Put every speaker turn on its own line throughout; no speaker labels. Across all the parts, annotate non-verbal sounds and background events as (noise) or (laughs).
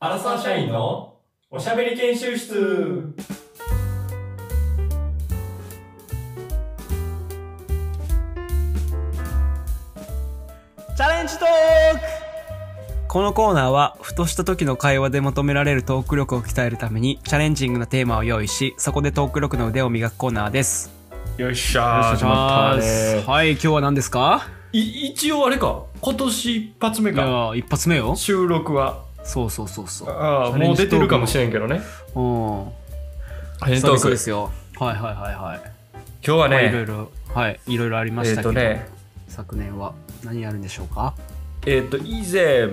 アラサー社員のおしゃべり研修室
チャレンジトークこのコーナーは、ふとした時の会話で求められるトーク力を鍛えるために、チャレンジングなテーマを用意し、そこでトーク力の腕を磨くコーナーです。
よっしゃー
す。はい、今日は何ですか
い一応あれか今年一発目
い
か
や、一発目よ。
収録は
そうそうそうそう。
ああ
チャレ
も
ン
う
ジ
出
トーク
てるかもしれんけどね
うん。
タレン
久
トー
々
ク
ですよ。はいはいはいはい。
今日は
まあいろ
ね
いろ、はい、いろいろありま
え
し
った
け
と
ど、
ね
昨年は何やるんでしょうか
えっと以前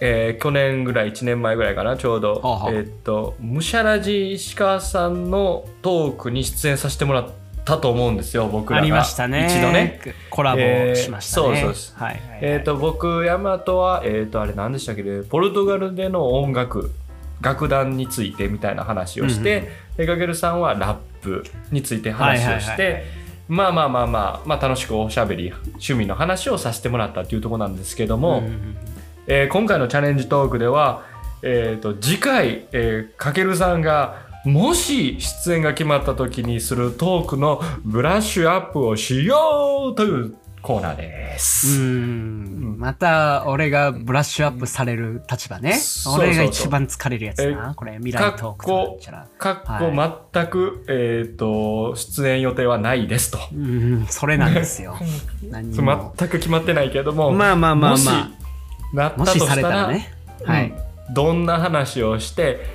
えー去年ぐらい1年前ぐらいかなちょうど
はあはあ
えっとむしゃらじ石川さんのトークに出演させてもらったと思うんですよ僕ら
あ
が
りましたね。
一度ね。
コラボしましたね。
えーそうそうそう
はいはいはい
えー、と僕ヤマトは、えー、とあれ何でしたっけねポルトガルでの音楽楽団についてみたいな話をして、でかけるさんはラップについて話をして、
はいはいは
まあまあまあまあ、まあ、楽しくおしゃべり趣味の話をさせてもらったっていうところなんですけども、
うんうんうん
えー今回のチャレンジトークでは、えー、と次回、えー、かけるさんがもし出演が決まった時にするトークのブラッシュアップをしようというコーナーです。
うーんまた俺がブラッシュアップされる立場ね。
そうそうそう
俺が一番疲れるやつ
え
な。これ未来トークとかだったら。
かっ
は
こ全く、えっ、と、出演予定はないですと。
うーん、それなんで
(laughs)
すよ。何に
全
も。
く決まってないけども、
まあまあまあ
もし
ま
なっ
あ。
た
も
と
し
したら
されたらね。はい。
うんどんな話をして、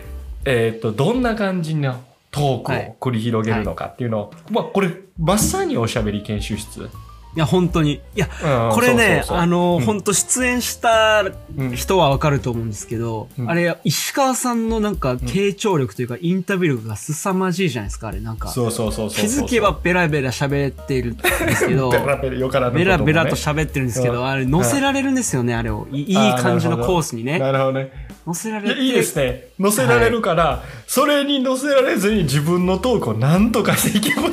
えっ、と、どんな感じのトーク
はい
を繰り広げるのかっていうのを、まあこれ、まさにおしゃべり研修室。うん
いや、本当に。いや、これ
そう
ね、
そうそう
あの、
うん
本当出演した
うん
人はわかると思うんですけど
う、ん
あれ、石川さんのなんか、傾聴力というか、インタビュー力が凄まじいじゃないですか、あれ。なんか、
そうそうそうそう
気づけばベラベラ喋っているんですけど、
(laughs) ベラベラよからぬこともね
ベラベラと喋ってるんですけ
う
ど、
ん
あれ、乗せられるんですよね、あれを。いいい
あー
感じ
な
の
るほど
コースにね。
なるほどね。
乗せら
い
れ
や
て。
いいですね載せられるから、それに載せられずに自分のトークを何とかしていき (laughs) も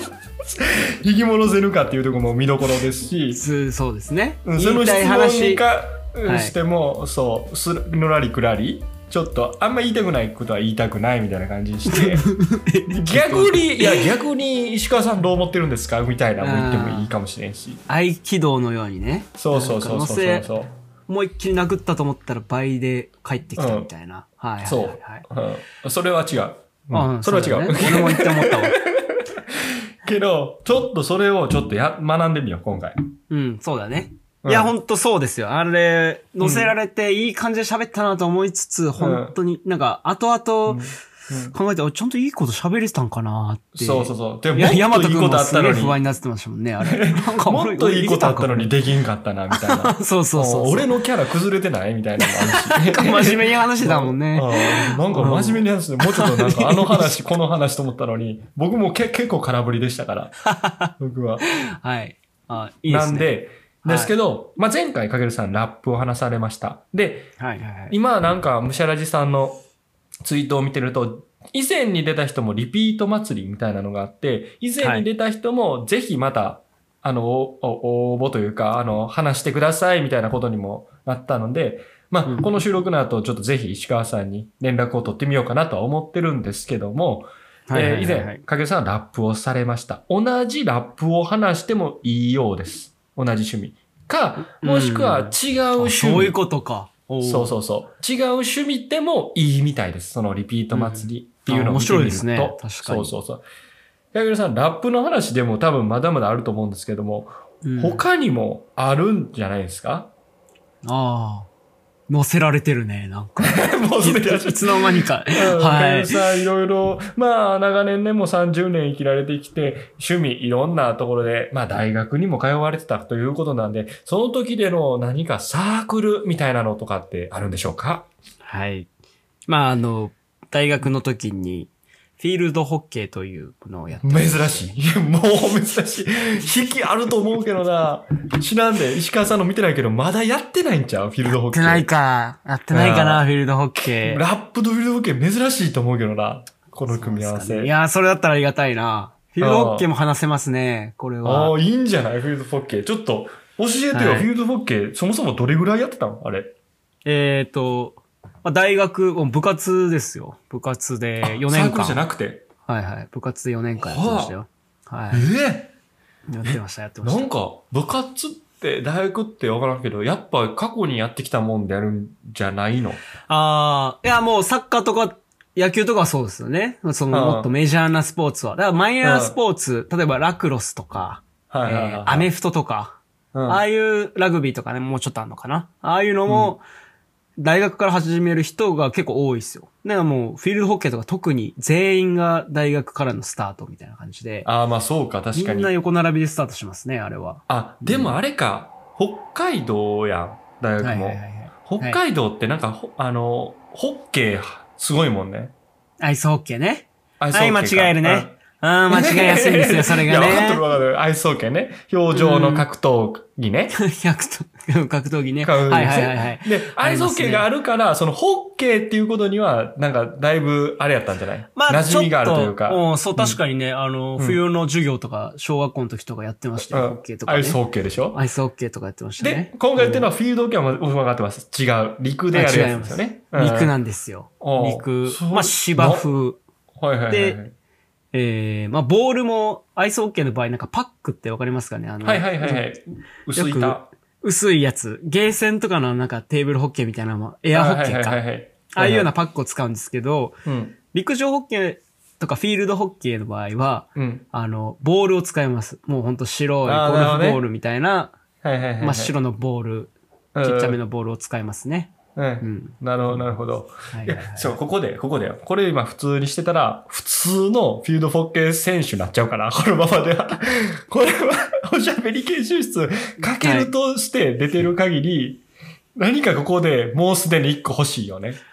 引き戻せるかっていうところも見どころですし、
すそうですね。
うん、そ
言
の
い
質
たい
問に
話。
か
はい
しても、そうするのらりくらりちょっとあんま言いたくないことは言いたくないみたいな感じにして (laughs) 逆 (laughs) にいや逆に石川さんどう思ってるんですかみたいなのも言ってもいいかもしれんし
合気道のようにね。
そうそうそうそう
な
そ
ん
う
か乗
そう
せ思いっきり殴ったと思ったら倍で帰ってきたみたいな。はいはい
そ
は
う
いはい。、
うん、それは違う、
あ
うん、それは違う
だね俺も言って
(laughs)
思ったわ。
けど、ちょっとそれをちょっとや学んでみよう、今回。
うん、そうだね。
うん
いや、ほんとそうですよ。あれ、乗せられて、いい感じで喋ったなと思いつつ、本当に、なんか、後々考えて、おちゃんといいこと喋れてたんかなって。
そうそうそう。でも、
い
も
や、ヤ
っ
マ
と
ト
いい
君
こと
も
あっ
す
た
げ
の (laughs)
え
に、
不安になってましたもんね、あれ。なんか
もっといいことあったの。
俺
にできんかったな、みたいな。
俺 (laughs) そうそうそうそう。
俺のキャラ崩れてないみたいなのもあるし。
なんか (laughs) 真面目に話してたもんね。
(laughs) うんなんか真面目にやつで、もうちょっとなんかあの話、この話と思ったの
(laughs)
に、僕もけ結構空振りでしたから、僕は。
はい。あ、 (laughs) いいですね。
なん、で、
はい
ですけど、まあ、前回かけるさんラップを話されました。で、
はいはいはい。
今なんか、むしゃらじさんのツイートを見てると、以前に出た人もリピート祭りみたいなのがあって、以前に出た人もぜひまた、あの、おお応募というか、あの、話してくださいみたいなことにもなったので、ま
う
あ、
ん
この収録の後、ちょっとぜひ石川さんに連絡を取ってみようかなとは思ってるんですけども、
はいは
え
い
ー
はい
以
は
前、
い
かけさんはラップをされました。同じラップを話してもいいようです。同じ趣味。か、もしくは違う
あ
趣味。
そういうことか。
そう
そ
そうそう。違う趣味でもいいみたいです。そのリピート祭りっていうのを
うん
見てみると、
あ面白いですね確かに
そうそうそう。ヤギルさん、ラップの話でも多分まだまだあると思うんですけども、
うん。
他にもあるんじゃないですか
ああ。乗せられてるね、なんか。
(laughs) もうすでに。
いつの間にか。
うん
は
ヤ
い
ギ。ルさん、いろいろ、まあ、長年ね、もう30年生きられてきて、趣味いろんなところで、まあ、大学にも通われてたということなんで、その時での何かサークルみたいなのとかってあるんでしょうか
はい。まあ、あの、大学の時に、フィールドホッケーというのをやってまして
珍しい。いやもう珍しい。引きあると思うけどな。知らんで、石川さんの見てないけど、まだやってないんちゃうフィールドホッ
やっ
ケ
て
ー。
ないか。やってないか
あ
な、
ー
フィールドホッケー。
ラップとフィールドホッケー珍しいと思うけどな。この組み合わ
い
せ。
やー、それだったらありがたいな。フィールドホッケーも話せますね、これ
あ
は。
あ、いいんじゃないフィールドホッケー。ちょっと、教えてよ。
はい
フィールドホッケー、そもそもどれぐらいやってたのあれ。
えっ、ー、と、まあ、大学、もう部活ですよ。部活で
あ
4
サ
年
ークルじゃ
間。
なくて。
はいはい。部活で4年間やってましたよ。は
え
い。やってました、やって
え
まし
な
た。
んか、部活って、大学ってわからんけど、やっぱ過去にやってきたもんでやるんじゃないの
ああ、いや、もうサッカーとか、野球とかはそうですよね。その、
うん
もっとメジャーなスポーツは。だからマイナースポーツ、例えばラクロスとか、
はいはいはい
え
は
ー
い。
アメフトとか、
うん
ああいうラグビーとかね、もうちょっとあんのかな。ああいうのも、大学から始める人が結構多いですよ。だからもう、フィールドホッケーとか特に全員が大学からのスタートみたいな感じで、
ああ、まあそうか、確
み
か
ん
に
な。横並びでスタートしますね、あれは。
あ、でもあれか、北海道やん、大
は
学
いはいは
も
い。はい。
北海道ってなんか、ほあの、ホッケー、すごいもんね。
アイスホッケーね。
アイスホッケ
はい、
ー
間
か
違えるね。。ああ、
うん
間違え (laughs) やすいんです
(laughs)
よ、それが
いや、わかってる
ね。
わかってる。アイスホッケーね。表情の格闘技ね。
格闘格闘技ね。
格闘技
はいはいはいはい。
で、ア
あり
イス
ま
ホ
すね
ッケーがあるから、そのホッケーっていうことには、なんか、だいぶ、あれやったんじゃない
まあ、
馴
ちょ
染
っ
みがあるというか。
うん、そう、確かにね、あの、
うん
冬の授業とか、小学校の時とかやってましたよ、
うん
ホッケーとか、
ア
ね。
イスホッケーでしょ
アイスホッケーとかやってました
で
ね。、
今回言ってるのはフィールドホッケーは分かってます。違う。陸でやるやつですよね。うん
陸なんですよ。
おう
陸
そう。
まあ、芝生。
はいはいはいはい。
えー、まあ、ボールも、アイスホッケーの場合、なんかパックってわかりますかねあの、
はいはいはいはい。薄いた。
薄いやつ。ゲーセンとかのなんかテーブルホッケーみたいなのも、エアホッケーか。
はいはいはいはい。
ああいうようなパックを使うんですけど、
うん。
陸上ホッケーとかフィールドホッケーの場合は、
うん。
あの、ボールを使います。もうほんと白い
あー
ゴル
なるほ
フ
どね
ボールみたいな、
はいはいはいはい。
真っ白のボール、
うん。
ちっちゃめのボールを使いますね。
う。
うんん。
なるほど、なるほど。
はい
い
はいはい
や、そう、ここで、ここで。これ今普通にしてたら、普通のフィールドフォッケー選手になっちゃうから、このままでは。 (laughs) これは、おしゃべり研修室、かけるとして出てる限り、何かここでもうすでに一個欲しいよね。 (laughs) 普通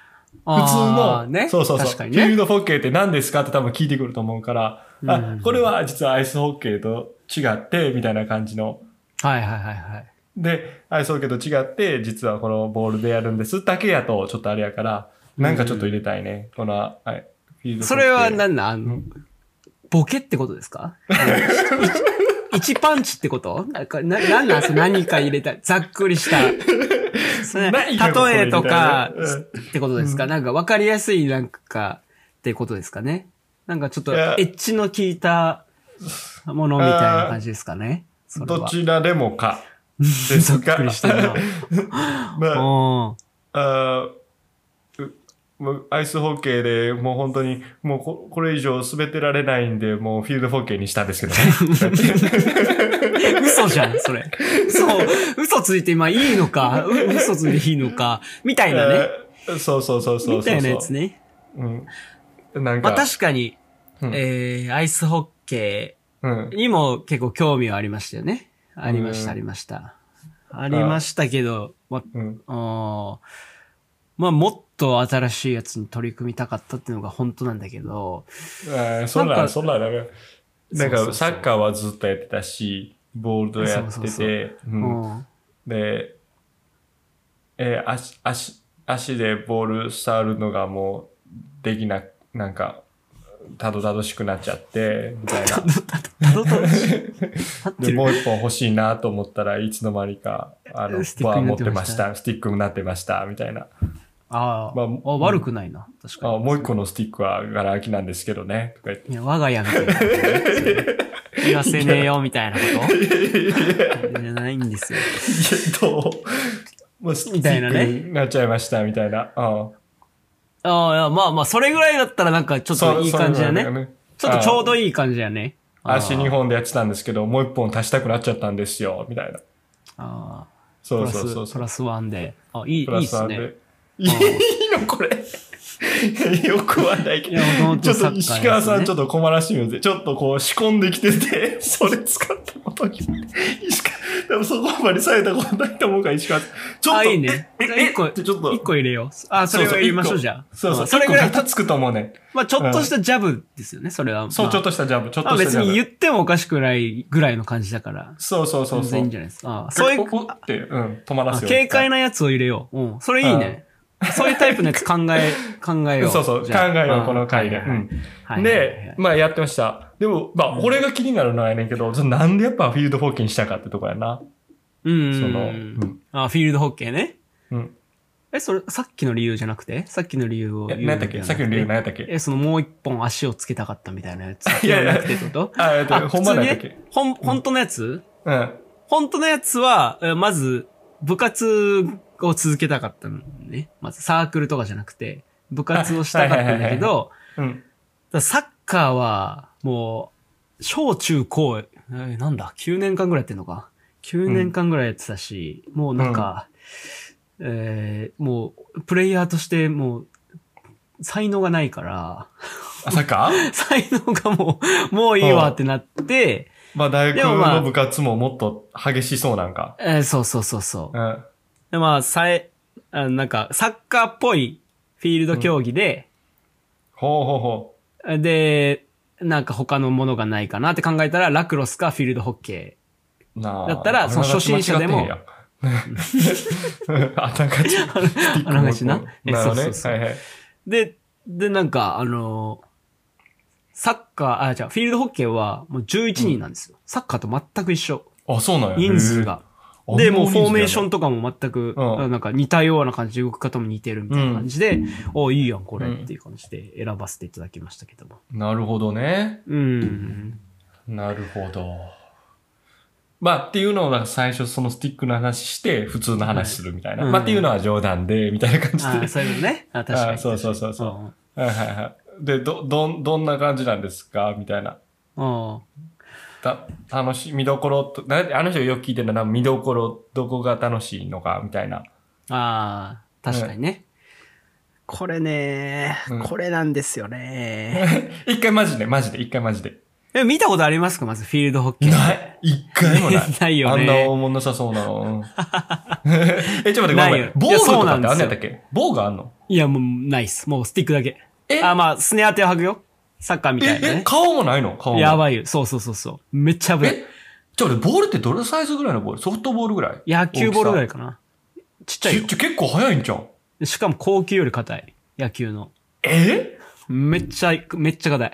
あ
の、
ーね。
そうそうそう、
確か
フ
に
ィール
ね。
ドホッケーって何ですかって多分聞いてくると思うから、
う
あ
ん、
これは実はアイスホッケーと違って、みたいな感じの。
はいはいはいはい。
で、アイスホッケーと違って、実はこのボールでやるんですだけやと、ちょっとあれやから、なんかちょっと入れたいね。この、はい、フィールドホ
そ
ッケー
れは何なんあの、ボケってことですか (laughs) 一パンチってことなんか、な、なんなんその何か入れた、ざっくり
(laughs)
した。それ
ないよこれ
例えとか、
みたいな
ってことですか、なんか分かりやすいなんか、ってことですかねなんかちょっと、
いや
エッジの効いたものみたいな感じですかねそれは
どちらでもか。です
(laughs) ざっ
か
くりしてるな。
まあ、
うん
あーうもうアイスホッケーでもう本当に、もうここれ以上滑ってられないんで、もうフィールドホッケーにしたんですけどね。
嘘じゃん、それ。そう、嘘ついて、まあいいのか、う嘘ついていいのか、みたい
(laughs)
なね。
えーそうそうそうそうそう。
みたいなやつね。
うん。なんか、
まあ確かに、
うん
えー、アイスホッケ
うん
ーにも結構興味はありましたよね。ありまし
うん
た、ありました。ありましたけど、ま
うん。
あ、おーまあもっと新しいやつに取り組みたかったっていうのが本当なんだけど、
えーそん
なん
な
か
ん、そんなんだめ。なん
そうそうそ
か、
う
サッカーはずっとやってたし、ボールドやっ
そう
て
そう
て、う
うんん
で、えー足、足、足でボール触るのがもう、できな、なんか、たどたどしくなっちゃって、みたい
(laughs)
な。
たどたど
(laughs)
し立って
で、
る
もう一本欲しいなと思ったらいつの間にか、あの
ス、ティッ
バ
ク
ー
にな
持っ
っ
てて
ま
ま
し
したた、スティックになってました、みたいな。
あー、
まあ
あ、悪くないな。確か
あ
に。
もう一個のスティックはガラ空きなんですけどね、とか言って。
いや、我が家みた
(laughs)
いな。言わせねえよ、みたいなことじゃないんですよ。
いやどうもうスティ
みたいなね
ックになっちゃいました、みたいな。あ
ああいや、まあまあ、それぐらいだったらなんかちょ
あ
っといい感じだ
そうそうなん
ね。
か
ちょっとちょうど
いい。
いい感じだね。あー
足2本でやってたんですけど、もう1本足したくなっちゃったんですよ、みたいな。
ああ、
そ
プ
う
ラ
そうそう
ス、
そ
プ
う。
ラスワンで。あ、いい、い
プ
い
ラ
っ
ス
す
ワン
ね。
で。いいのこれ。よくはないけ
いやもとも
ど。ち
と
ょっ
サッカ
と
ー
石川さ
で
ん
す
ち
ね
ょっと困らしいので、ちょっとこう仕込んできてて、 (laughs) それ使ったことに。石川、でもそこまでされたことないと思うから、石川さん。ちょっと。
あ、いいね。
え、え、
一個、
ちょっと
一。個入れよう。あ、それを
そうそう
入れましょう、
一個
じゃあ。
そうそ
ん
う。
それぐらい、
たつくと思うね。
まあ、ちょっとしたジャブですよね、それは。
そう、
まあ
ちょっとしたジャブ。ちょっ
まあ
としたジ
別
ャブ。
に言ってもおかしくないぐらいの感じだから。
そうそうそう
全
そう。
然いいんじゃないですか。ああそういう
お、おって、うん、止まら
あ
すよ。
軽快なやつを入れよう。うん。それいいね。そういうタイプのやつ考え、
(laughs)
考えよう。
そうそう
じゃあ
考えよう
あ
この回で
はいはいはい
うん
はいはいはい
で、まあやってました。でも、まあ、俺が気になるのはやねんけど、そのなんでやっぱフィールドフォーキンしたかってとこやな。
うんうんうん。
そのうん
あ、フィールドホッケーね。
うん。
え、それ、さっきの理由じゃなくてさっきの理由を
え
言う
何やったっ
じ
け
ゃ
さ
な
っき
くて
の理由何やったっけ
え、そのもう一本足をつけたかったみたいなやつ。
(laughs) いやいや
ではなくてってこと
あ、えっと、
あ
ほんま何や
普
ったっ
通に
け
ねほん、本当のやつ
うん。
本当のやつは、えまず、部活を続けたかったのね。まず、サークルとかじゃなくて、部活をしたかったんだけ
は
ど、
うん。
だからサッカーは、もう、小中高、えーなんだ、9年間ぐらいやってんのか。9年間ぐらいやってたし、もうなんか、えーもう、プレイヤーとして、もう、才能がないから、 (laughs)
あ、サッカー
才能がもう、もういいわってなって、
まあ、大学
でもまあ
の部活ももっと激しそうなんか。
えーそうそうそうそう
う。ん。
で、まあ、さえ、あなんか、サッカーっぽいフィールド競技で、
ほうほうほ
で、なんか他のものがないかなって考えたら、ラクロスかフィールドホッケ
う。なあ
だったらその初心者でも。
あながち間違ってへんやんあながち。スティック
(laughs) あながちな
もこう
え
なるほ
そう
ど
そ
ね。
うそう
はいはい。
ー。で、で、なんか、あのーサッカー、あ、じゃあフィールドホッケーはもう11人なんですよ。サッカーと全く一緒。
あ、そうなんや。
人数が。
へえ。
で、もうフォーメーショ
ン。
ンとかも全く、
うん
あなんか似たような感じで動き方も似てるみたいな感じで、おいいやん、これっていう感じで選ばせていただきましたけども。
なるほどね。
うん。
なるほど。まあっていうのをなんか最初そのスティックの話して普通の話するみたいな。
はい
まあっていうのは冗談で、みたいな感じで。
あーそういう
(laughs)
のね。あ、確か
あ
に。
そうそうそうそう
うん
はいはいはい。で、ど、どん、どんな感じなんですかみたいな。
あ
た、楽し、見どころと、なあの人がよく聞いてるのはな見どころ、どこが楽しいのかみたいな。
あー、確かにね。これね、
うん
これなんですよね。
一回マジで、マジで、一回マジで。
え、見たことありますかまずフィールドホッケー。
ない一回もない。
(laughs) ないよね
あんな大物なさそうな
(laughs)
の。え、ちょっと待って、ごめん
な
ご
い
め
よ
ん。防具と
いやそう
かっ
なん
てあ
で
ん
す
の
よ
やったっけ防具あんの
いや、もう、ないっす。もう、スティックだけ。
え
あ、まあ、スネ当てを履くよ。サッカーみたいな
え、え、
ね。
顔もないの顔も。
や
い。
ばいよ。そうそうそうそう。めっちゃ危ない。
え、ちょ、俺、ボールってどれサイズぐらいのボールソフトボールぐらい
野球ボールぐらい
か。
かな。ちっちゃい
ち
よ
ちょ結構速いんじゃん。。
しかも、高級より硬い。野球の。
え
めっちゃ、めっちゃ硬い。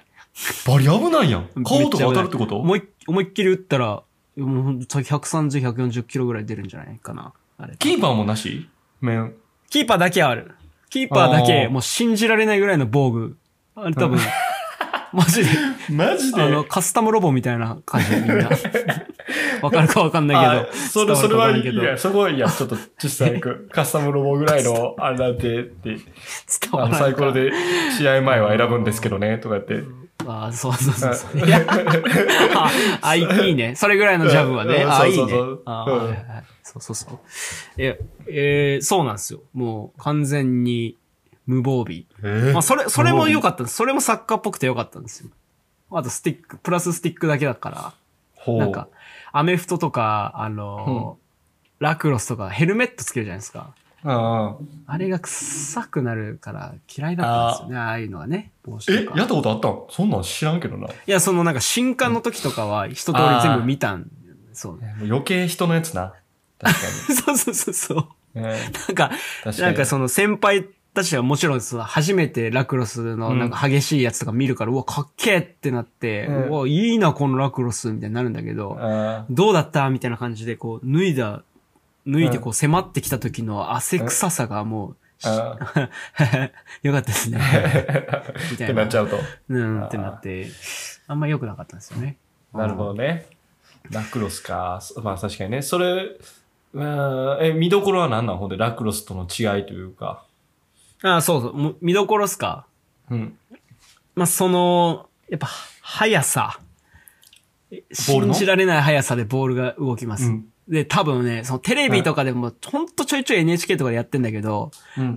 バリ危ないやん。
め
顔
っ
と
ち
か
ゃ
当
危な
た
い
るってこと
思いっ思いっきり打ったら、もうほんと130、140キロぐらい出るんじゃないかな。あれ。
キーパーもなし面。
キーパーだけある。キーパーだけ、
あー
もう信じられないぐらいの防具。あれ多分、マジで、
マジ
あの、カスタムロボみたいな感じでみん
(laughs)
な。わかるかわかんないけど。
それ、それはいい
伝わ
や、
る
すごいや、ちょっと実際く。
(laughs)
カスタムロボぐらいの、あれなんて、って、
かわ
あ
か
の、
んない
サ
け
イ
ど。
コロで試合前は選ぶんですけどね、とかやって。
ああ、そうそうそうそう。いやああ、いいいいね。それぐらいのジャブはね。
うん
ああ、い
そ
い
そう
うね
そう。
あ
うん
はいはいはいそうそうそう。え、えーそうなんですよ。もう完全に無
(laughs)
防備。
え
まあ、それ、それも良かったんです。それもサッカーっぽくて良かったんですよ。あと、スティック、プラススティックだけだから。
ほ
なんか、アメフトとか、あのーラクロスとかヘルメットつけるじゃないですか。
ああ。
あれが臭くなるから嫌いだったんですよね。ああいうのはね、帽子
え
と、
や
か
っ。たことあったんそんなん知らんけどな。
いや、そのなんか新刊の時とかは一通り全部見たん。そう。
もう余計人のやつな。確か
そうそうそうそう。
に。 (laughs) ね
な
確
んか、
かに。
なんかその先輩たちはもちろんその初めてラクロスのなんか激しいやつとか見るから、うわ、かっけえってなって、う
うん
わ、いいな、このラクロスみたいになるんだけど、
あ
どうだったみたいな感じで、こう、脱いだ、脱いでこう迫ってきた時の汗臭さがもう、し
あ
(laughs) よかったです (laughs) ね。み
ー。
た
っ
い
て
な。
なっちゃうと。
うん、ってなって、あんま良くなかったんですよね。
なるほどね。ラクロスか。そまあ確かにね。それ、うんえ、見どころは何なんほんで、ラクロスとの違いというか。
ああ、そうそう。もう見どころっすか
うん。
まあ、その、やっぱ、速さ。
ール
信
の
じられない速さでボールが動きます。
うん
で、多分ね、そのテレビとかでも、ほんとちょいちょい NHK とかでやってんだけど、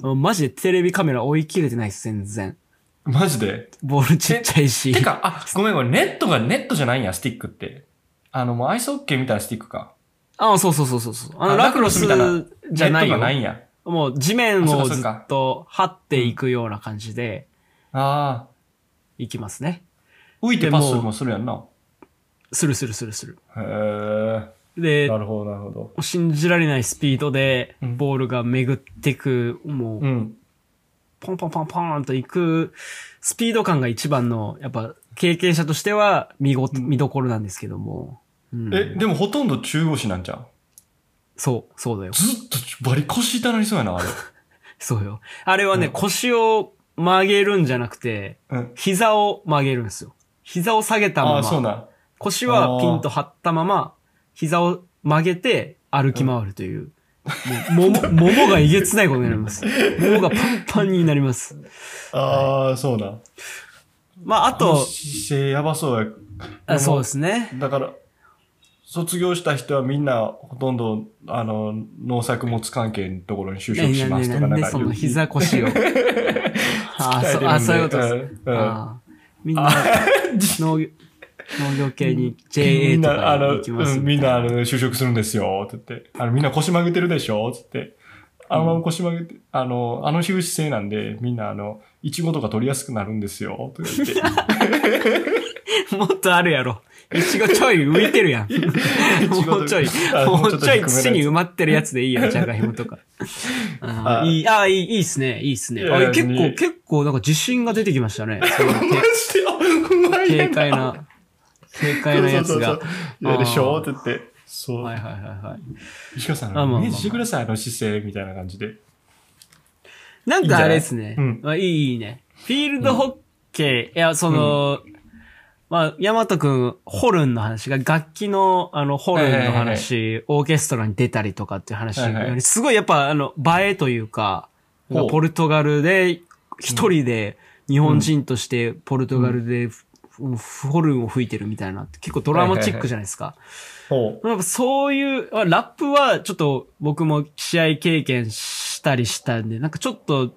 うん。
マジでテレビカメラ追い切れてないです、全然。
マジで
ボールちっちゃいし。
てか、あ、ごめんごめん。ネットがネットじゃないんや、スティックって。あの、もうアイスホッケーみたいなスティックか。
あ、そうそうそうそうそう。あの、
あ
ラクロスみたい
ラク
な
ロス、
じゃな
ネッ
いよ
トがないんや。
もう地面
あそう
を
かそ
ず
うか
っと張っていくような感じで
あ
いきますね。
あ。浮いてパスもするやんな。
するするするする。
へえ。
で、
なるほど、なるほど。
信じられないスピードで、
うん
ボールが巡ってく、もう
う、ん。
ポンポンポンポーンと行く、スピード感が一番の、やっぱ、経験者としては見ご、見どころなんですけども。うん
え、でもほとんど中腰なんじゃん。
そう、そうだよ。 (laughs)
ずっとバリ腰痛なりそうやな、あれ。
そうよ。あれは
う
ね、
ん
腰を曲げるんじゃなくて、
うん。
膝を曲げるんですよ。膝を下げ
あ
たま
あ、そう
ま、
な。
腰はピンと張ったまま、膝を曲げて歩き回るという。もう
(laughs)
もも、ももがえげつないことになります。ももがパンパンになります。
ああ、そうな。
まあ、あ
あの
と、
姿勢やばそうや。
あそうですね。
だから、卒業した人はみんなほとんど、あの、農作物関係のところに就
なん
職
で
しますと
な
か、
ん
なん
で
か
その膝
(laughs)
腰を。ああ
鍛えてるん
そう
で
あ、そういうことです。
うんうん
ああみんな、農業、農業系に JA
(laughs) みん
と
な、
か
あ
に
の、
行きます
う
み
ん
た
み
い
んな、
な
あの、就職するんですよ、って言って。あの、みんな腰曲げてるでしょ、つって。あのまま腰曲げて、あの、あの日姿勢なんで、みんな、あの、いちごとか取りやすくなるんですよ、とか言って。
もっとあるやろ。いちごちょい浮いてるや
(laughs)
ん。(laughs)
ちご
もうちょい
あ、
も
もうちょ
う
っと
ち
低
ょ
めの
い
やつ
土に埋まってるやつでいいや
(laughs)
ん、じゃがいもとか。ああ
あ
いい、ああいい、いいっすね、いいっすね。
いや
あれ結
い
構、
や
結構なんか自信が出てきましたね。その
マジで、 (laughs) あうまいや
軽
ん
快な、軽快なやつ
そ
が
うそう。そういやでしょって言って。そう。
はいはいはいはい。
石川さん、
あまあまあ
イメージしてください、あの姿勢みたいな感じで。
なんかあれです
い
ね。
いんじゃないうん
まあ、いい、いいね。フィールドホッケー、いや、その、まあ、ヤマトくん、ホルンの話が、楽器の、あの、ホルンの話、オーケストラに出たりとかっていう話より、
はいはい
すごいやっぱ、あの、映えというか、
ほう
ポルトガルで、一人で、日本人として、ポルトガルで、ふホルンを吹いてるみたいなって、結構ドラマチックじゃないですか。
ほ
やっぱそういう、あラップはちょっと僕も試合経験したりしたんで、なんかちょっと、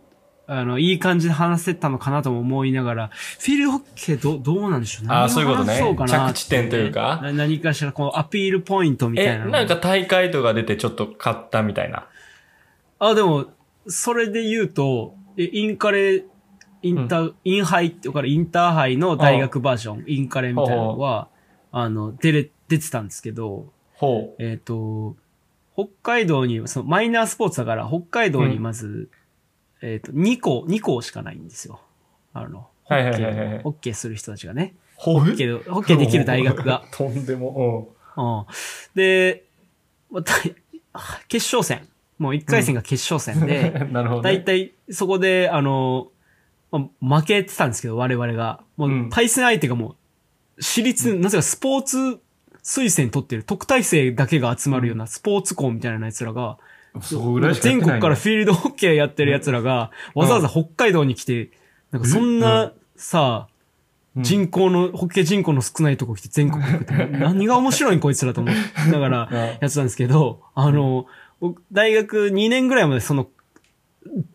あの、いい感じで話せたのかなとも思いながら、フィールドホッケーどどうなんでしょうね。
あーそういうことね
何を話そうか
着
な
地点というか
な何かしら、このアピールポイントみたい
え、
なのが。
なんか大会とか出てちょっと勝ったみたいな。
あ、でも、それで言うと、えインカレ、インター、インハイって、からインターハイの大学バージョン、インカレみたいなのは、あの、出れ、出てたんですけど、
ほ
えっ、と、北海道に、そのマイナースポーツだから、北海道にまず、えっ、と、2校、2校しかないんですよ。あの、ホ
はい
ッ
は
ケ
いはいはい
ー、ホッケーする人たちがね。
う。ほ
ホッケー、ホッケーできる大学
(laughs)
が。。
とんでも。
うん、で、また、決勝戦。もう1回戦が決勝
う
戦
ん
で、
(laughs) なるほどね。
大体そこで、あの、まあ負けてたんですけど、我々が。も
う
うん対戦相手がもう、私立、なぜかスポーツ推薦取ってる、特待生だけが集まるようなスポーツ校みたいな奴らが、
そうぐらいしかやって
全
な
国
い
からフィールドホッケーやってる奴らが、
うん
わざわざ北海道に来て、なんかそん
う
な、さ、
うん
人口の、ホッケー人口の少ないとこ来て全
(laughs)
国行くって、何が面白いんこいつらと思って、だから、やつなんですけど、あの、僕大学2年ぐらいまでその、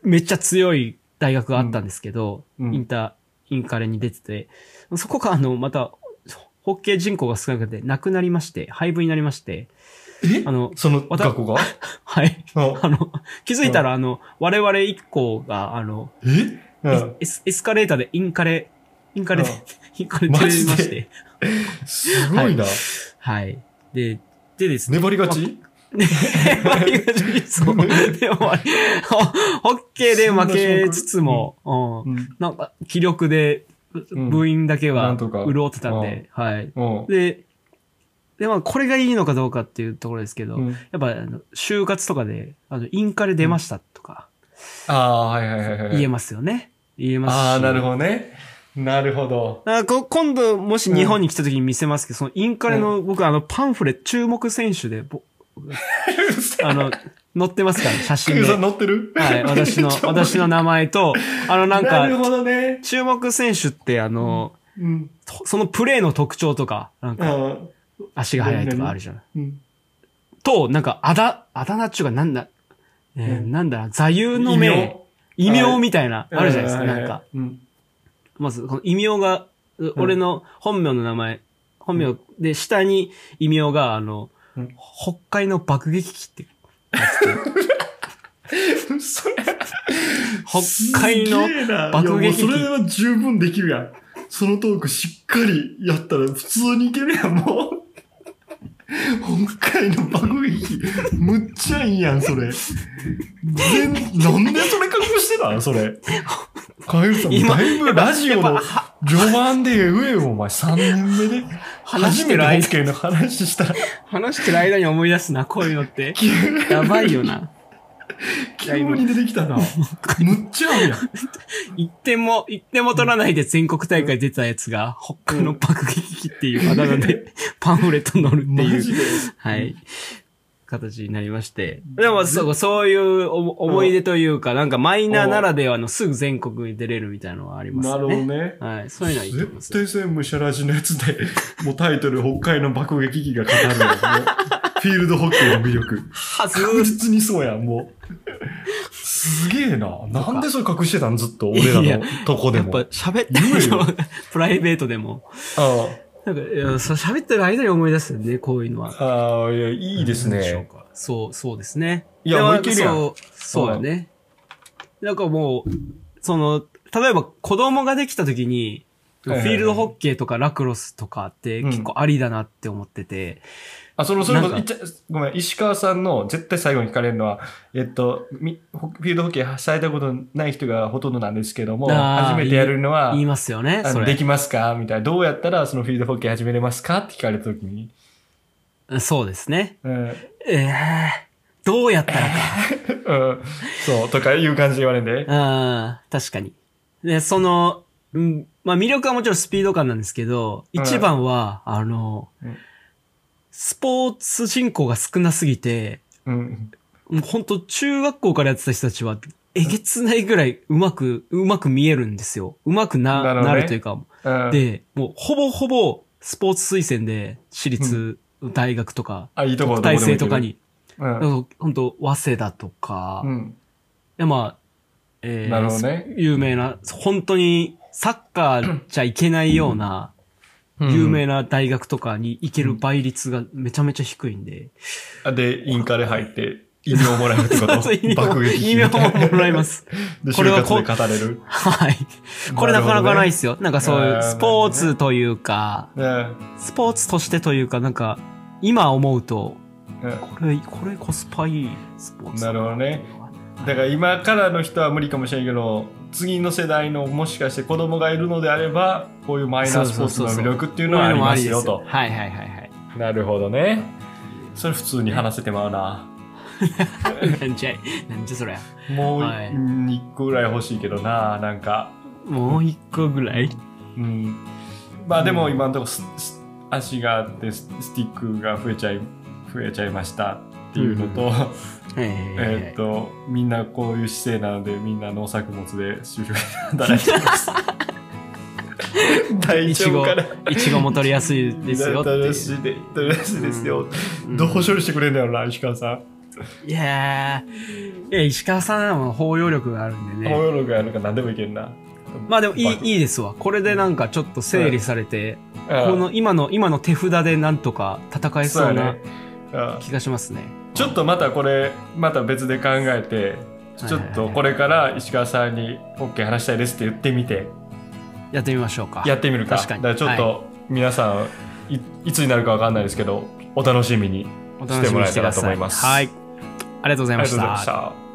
めっちゃ強い大学があったんですけど、
うんうん
インター、インカレに出てて、そこがあの、また、ホッケー人口が少なくて、なくなりまして、廃部になりまして、
え
あの、
その
わた
学校が
はい。
うん
あの、気づいたら、あの、我々1校が、あの、
えうん
エスエスカレーターでインカレ、インカレで
うん、
インカレ出れま
マ
し
ジ
て
で、すごいな。
はい。で、でですね
粘り勝ち
そう。でもあれ、ホホッケーで負けつつも、うん
うん
なんか、気力で、
ん
部員だけ
な
は、
んとか
潤ってたんで、はい。
うん
で、で、まあ、これがいいのかどうかっていうところですけど、
う
や
ん。
っぱ、あの就活とかで、あの、インカレ出ましたとか、
ああ、はいはいはいはい。
言えますよね。言えますし。
ああ、なるほどね。なるほど。
あこ今度、もし日本に来た時に見せますけど、そのインカレの、僕、あの、パンフレ、注目選手
(laughs)
で、ぼあの、載ってますから、写真
ク
で
グ。さん乗ってる
はい、
(laughs)
私の、私の名前と、あのなん
なる
か、
ほどね。
注目選手ってあの、
うん。
とそのプレーの特徴とか、なんか
あ
足が速いとかあるじゃん。
うん。
と、なんかあだ、あだ名っちゅうかなんだ、えー
うん
なんだ、座右の銘、異名みたいな、あるじゃないですか、
う
なんか。。
うん (laughs)
まず、この異名が、う俺の本名の名前、本名で、下に異名が、あの
うん、
北海の爆撃機って、
それ
北海の
すげえな
爆撃機
いやもうそれは十分できるやん。そのトークしっかりやったら普通にいけるやん、もう。北海の爆撃機、むっちゃいいやん、それ。全、なんでそれ隠してたんそれ。カエルさん、
今
だいぶラジオ
や
の
っぱは
序盤で上よ、お前。3年目で。
話し
初め
てる
て
間
本家の話したら。 (laughs)
話してる間に思い出すな、こういうのって。やばいよな。
急に出てきたな。むっちゃあるやん。
一点も、一点も取らないで全国大会出たやつが、北海の爆撃機っていうあだ名でパンフレット乗るって
マ
い
ジ
う、
で。
はい、形になりまして。でも、そう、そういう思思い出というか、なんかマイナーならではのすぐ全国に出れるみたいなのはあります
な
よ
るほ
ね。
どね。
はい、そういうのはいいと思います
絶。対それむしゃらじのやつで、もうタイトル、北海の爆撃機が語るやんもうフィールドホッケーの魅力。
はず
確実にそうやん、もう。すげえな。なんでそれ隠してたんずっと、俺ら
いや
のとこで
やっ
も。
ぱ
あ
喋ってる
言え
の
よ
(laughs) プライベートでも。
あ
なんか、いやそう喋ってる間に思い出すよね、こういうのは。
ああ、いや、いいです
なんでしょう
ね。
か。そう、そうですね。
いや
で
もういけるやん
そう、そうやね。なんかもう、その、例えば子供ができた時に、フ
はいはい
ィールドホッケーとかラクロスとかって結構ありだなって思ってて、
あ、その、それこそ
なんか
いっちゃごめん、石川さんの絶対最後に聞かれるのは、えっと、みフィールドホッケーされたことない人がほとんどなんですけども、
あー
初めてやるのは
言い、ますよね、
あ
そ
ので
れ。
きますかみたいな。どうやったらそのフィールドホッケー始めれますかって聞かれたときに。
そうですね。
うん。
えー、どうやったらか。
うんそう、とかいう感じで言われんで。
ああ、確かに。で、その、うん、まあ魅力はもちろんスピード感なんですけど、
うん
一番は、あの、
うん
スポーツ人口が少なすぎて、
うん。
もう本当中学校からやってた人たちは、えげつないぐらいうまく、うまく見えるんですよ。うまくな、
な
な
る
る,、
ほどね
というか、
うん、
で、もうほぼほぼスポーツ推薦で、私立、大学とか、
あ、いいとこどこでも
大
行け
生
る
とか。に、
うん。
本当早稲田とか、
うん。
で、まあ、えー
なるほどね
有名な、本当にサッカーじゃいけないような、有名な大学とかに行ける倍率がめちゃめちゃ低いんで、
あで、インカレ入って、異名をもらうってこと
(laughs) そう意味を
爆撃。
意味をもらいますす。 (laughs)
で、
これ
就
は
活
こ
で語れる。
はい。 (laughs) これなかなかないですよ。なんかそうい
あー
うスポーツというか、
なるほどね。
スポーツとしてというか、なんか、今思うと、
うんうん
これ、これコスパいいスポーツだなっていうのは。
だから今からの人は無理かもしれんけど、次の世代のもしかして子供がいるのであれば、こういうマイナースポーツの魅力っていうのはありますよ
こういうの
と
も。ありですはいはいはいはい。
なるほどね。それ普通に話せてまうな。
なんじゃい、 (laughs) なんじゃそりゃ。
もう
はい
1個ぐらい欲しいけどな、なんか。
もう一個ぐらい
うん、まあでも今のところすす足があってススティックが増えちゃい増えちゃいましたっていうのと、 (laughs) えーっ
えー、
とみんなこういう姿勢なのでみんな農作物で就職働いてます
(laughs)
大
いち
丈
ご
夫かない
ちごも取りやすいですよっていう
楽しいで楽しいですよ、
うん
どう処理してくれるんだろうな石川さん
いやーいや石川さんは包容力があるんで
包
ね
容力があるのか何でもいけるな
まあでもい
バ
い
グ
いいですわこれでなんかちょっと整理されて、
うん
この今の今の手札でなんとか戦え
そう
そう
や
な
ねうん
気がしますね
ちょっとまたこれまた別で考えてちょっとこれから石川さんに OK 話したいですって言ってみて
やってみましょうか
やってみるか
確かに
だからちょっと皆さんいいつになるかわかんないですけどお楽しみに
お
し
楽
て
しみ
も
に
らえ
して
た
くだ
らと
さ
思
い
います
はいありがとうござ
ありが
いま
とう
し
ございま
た
した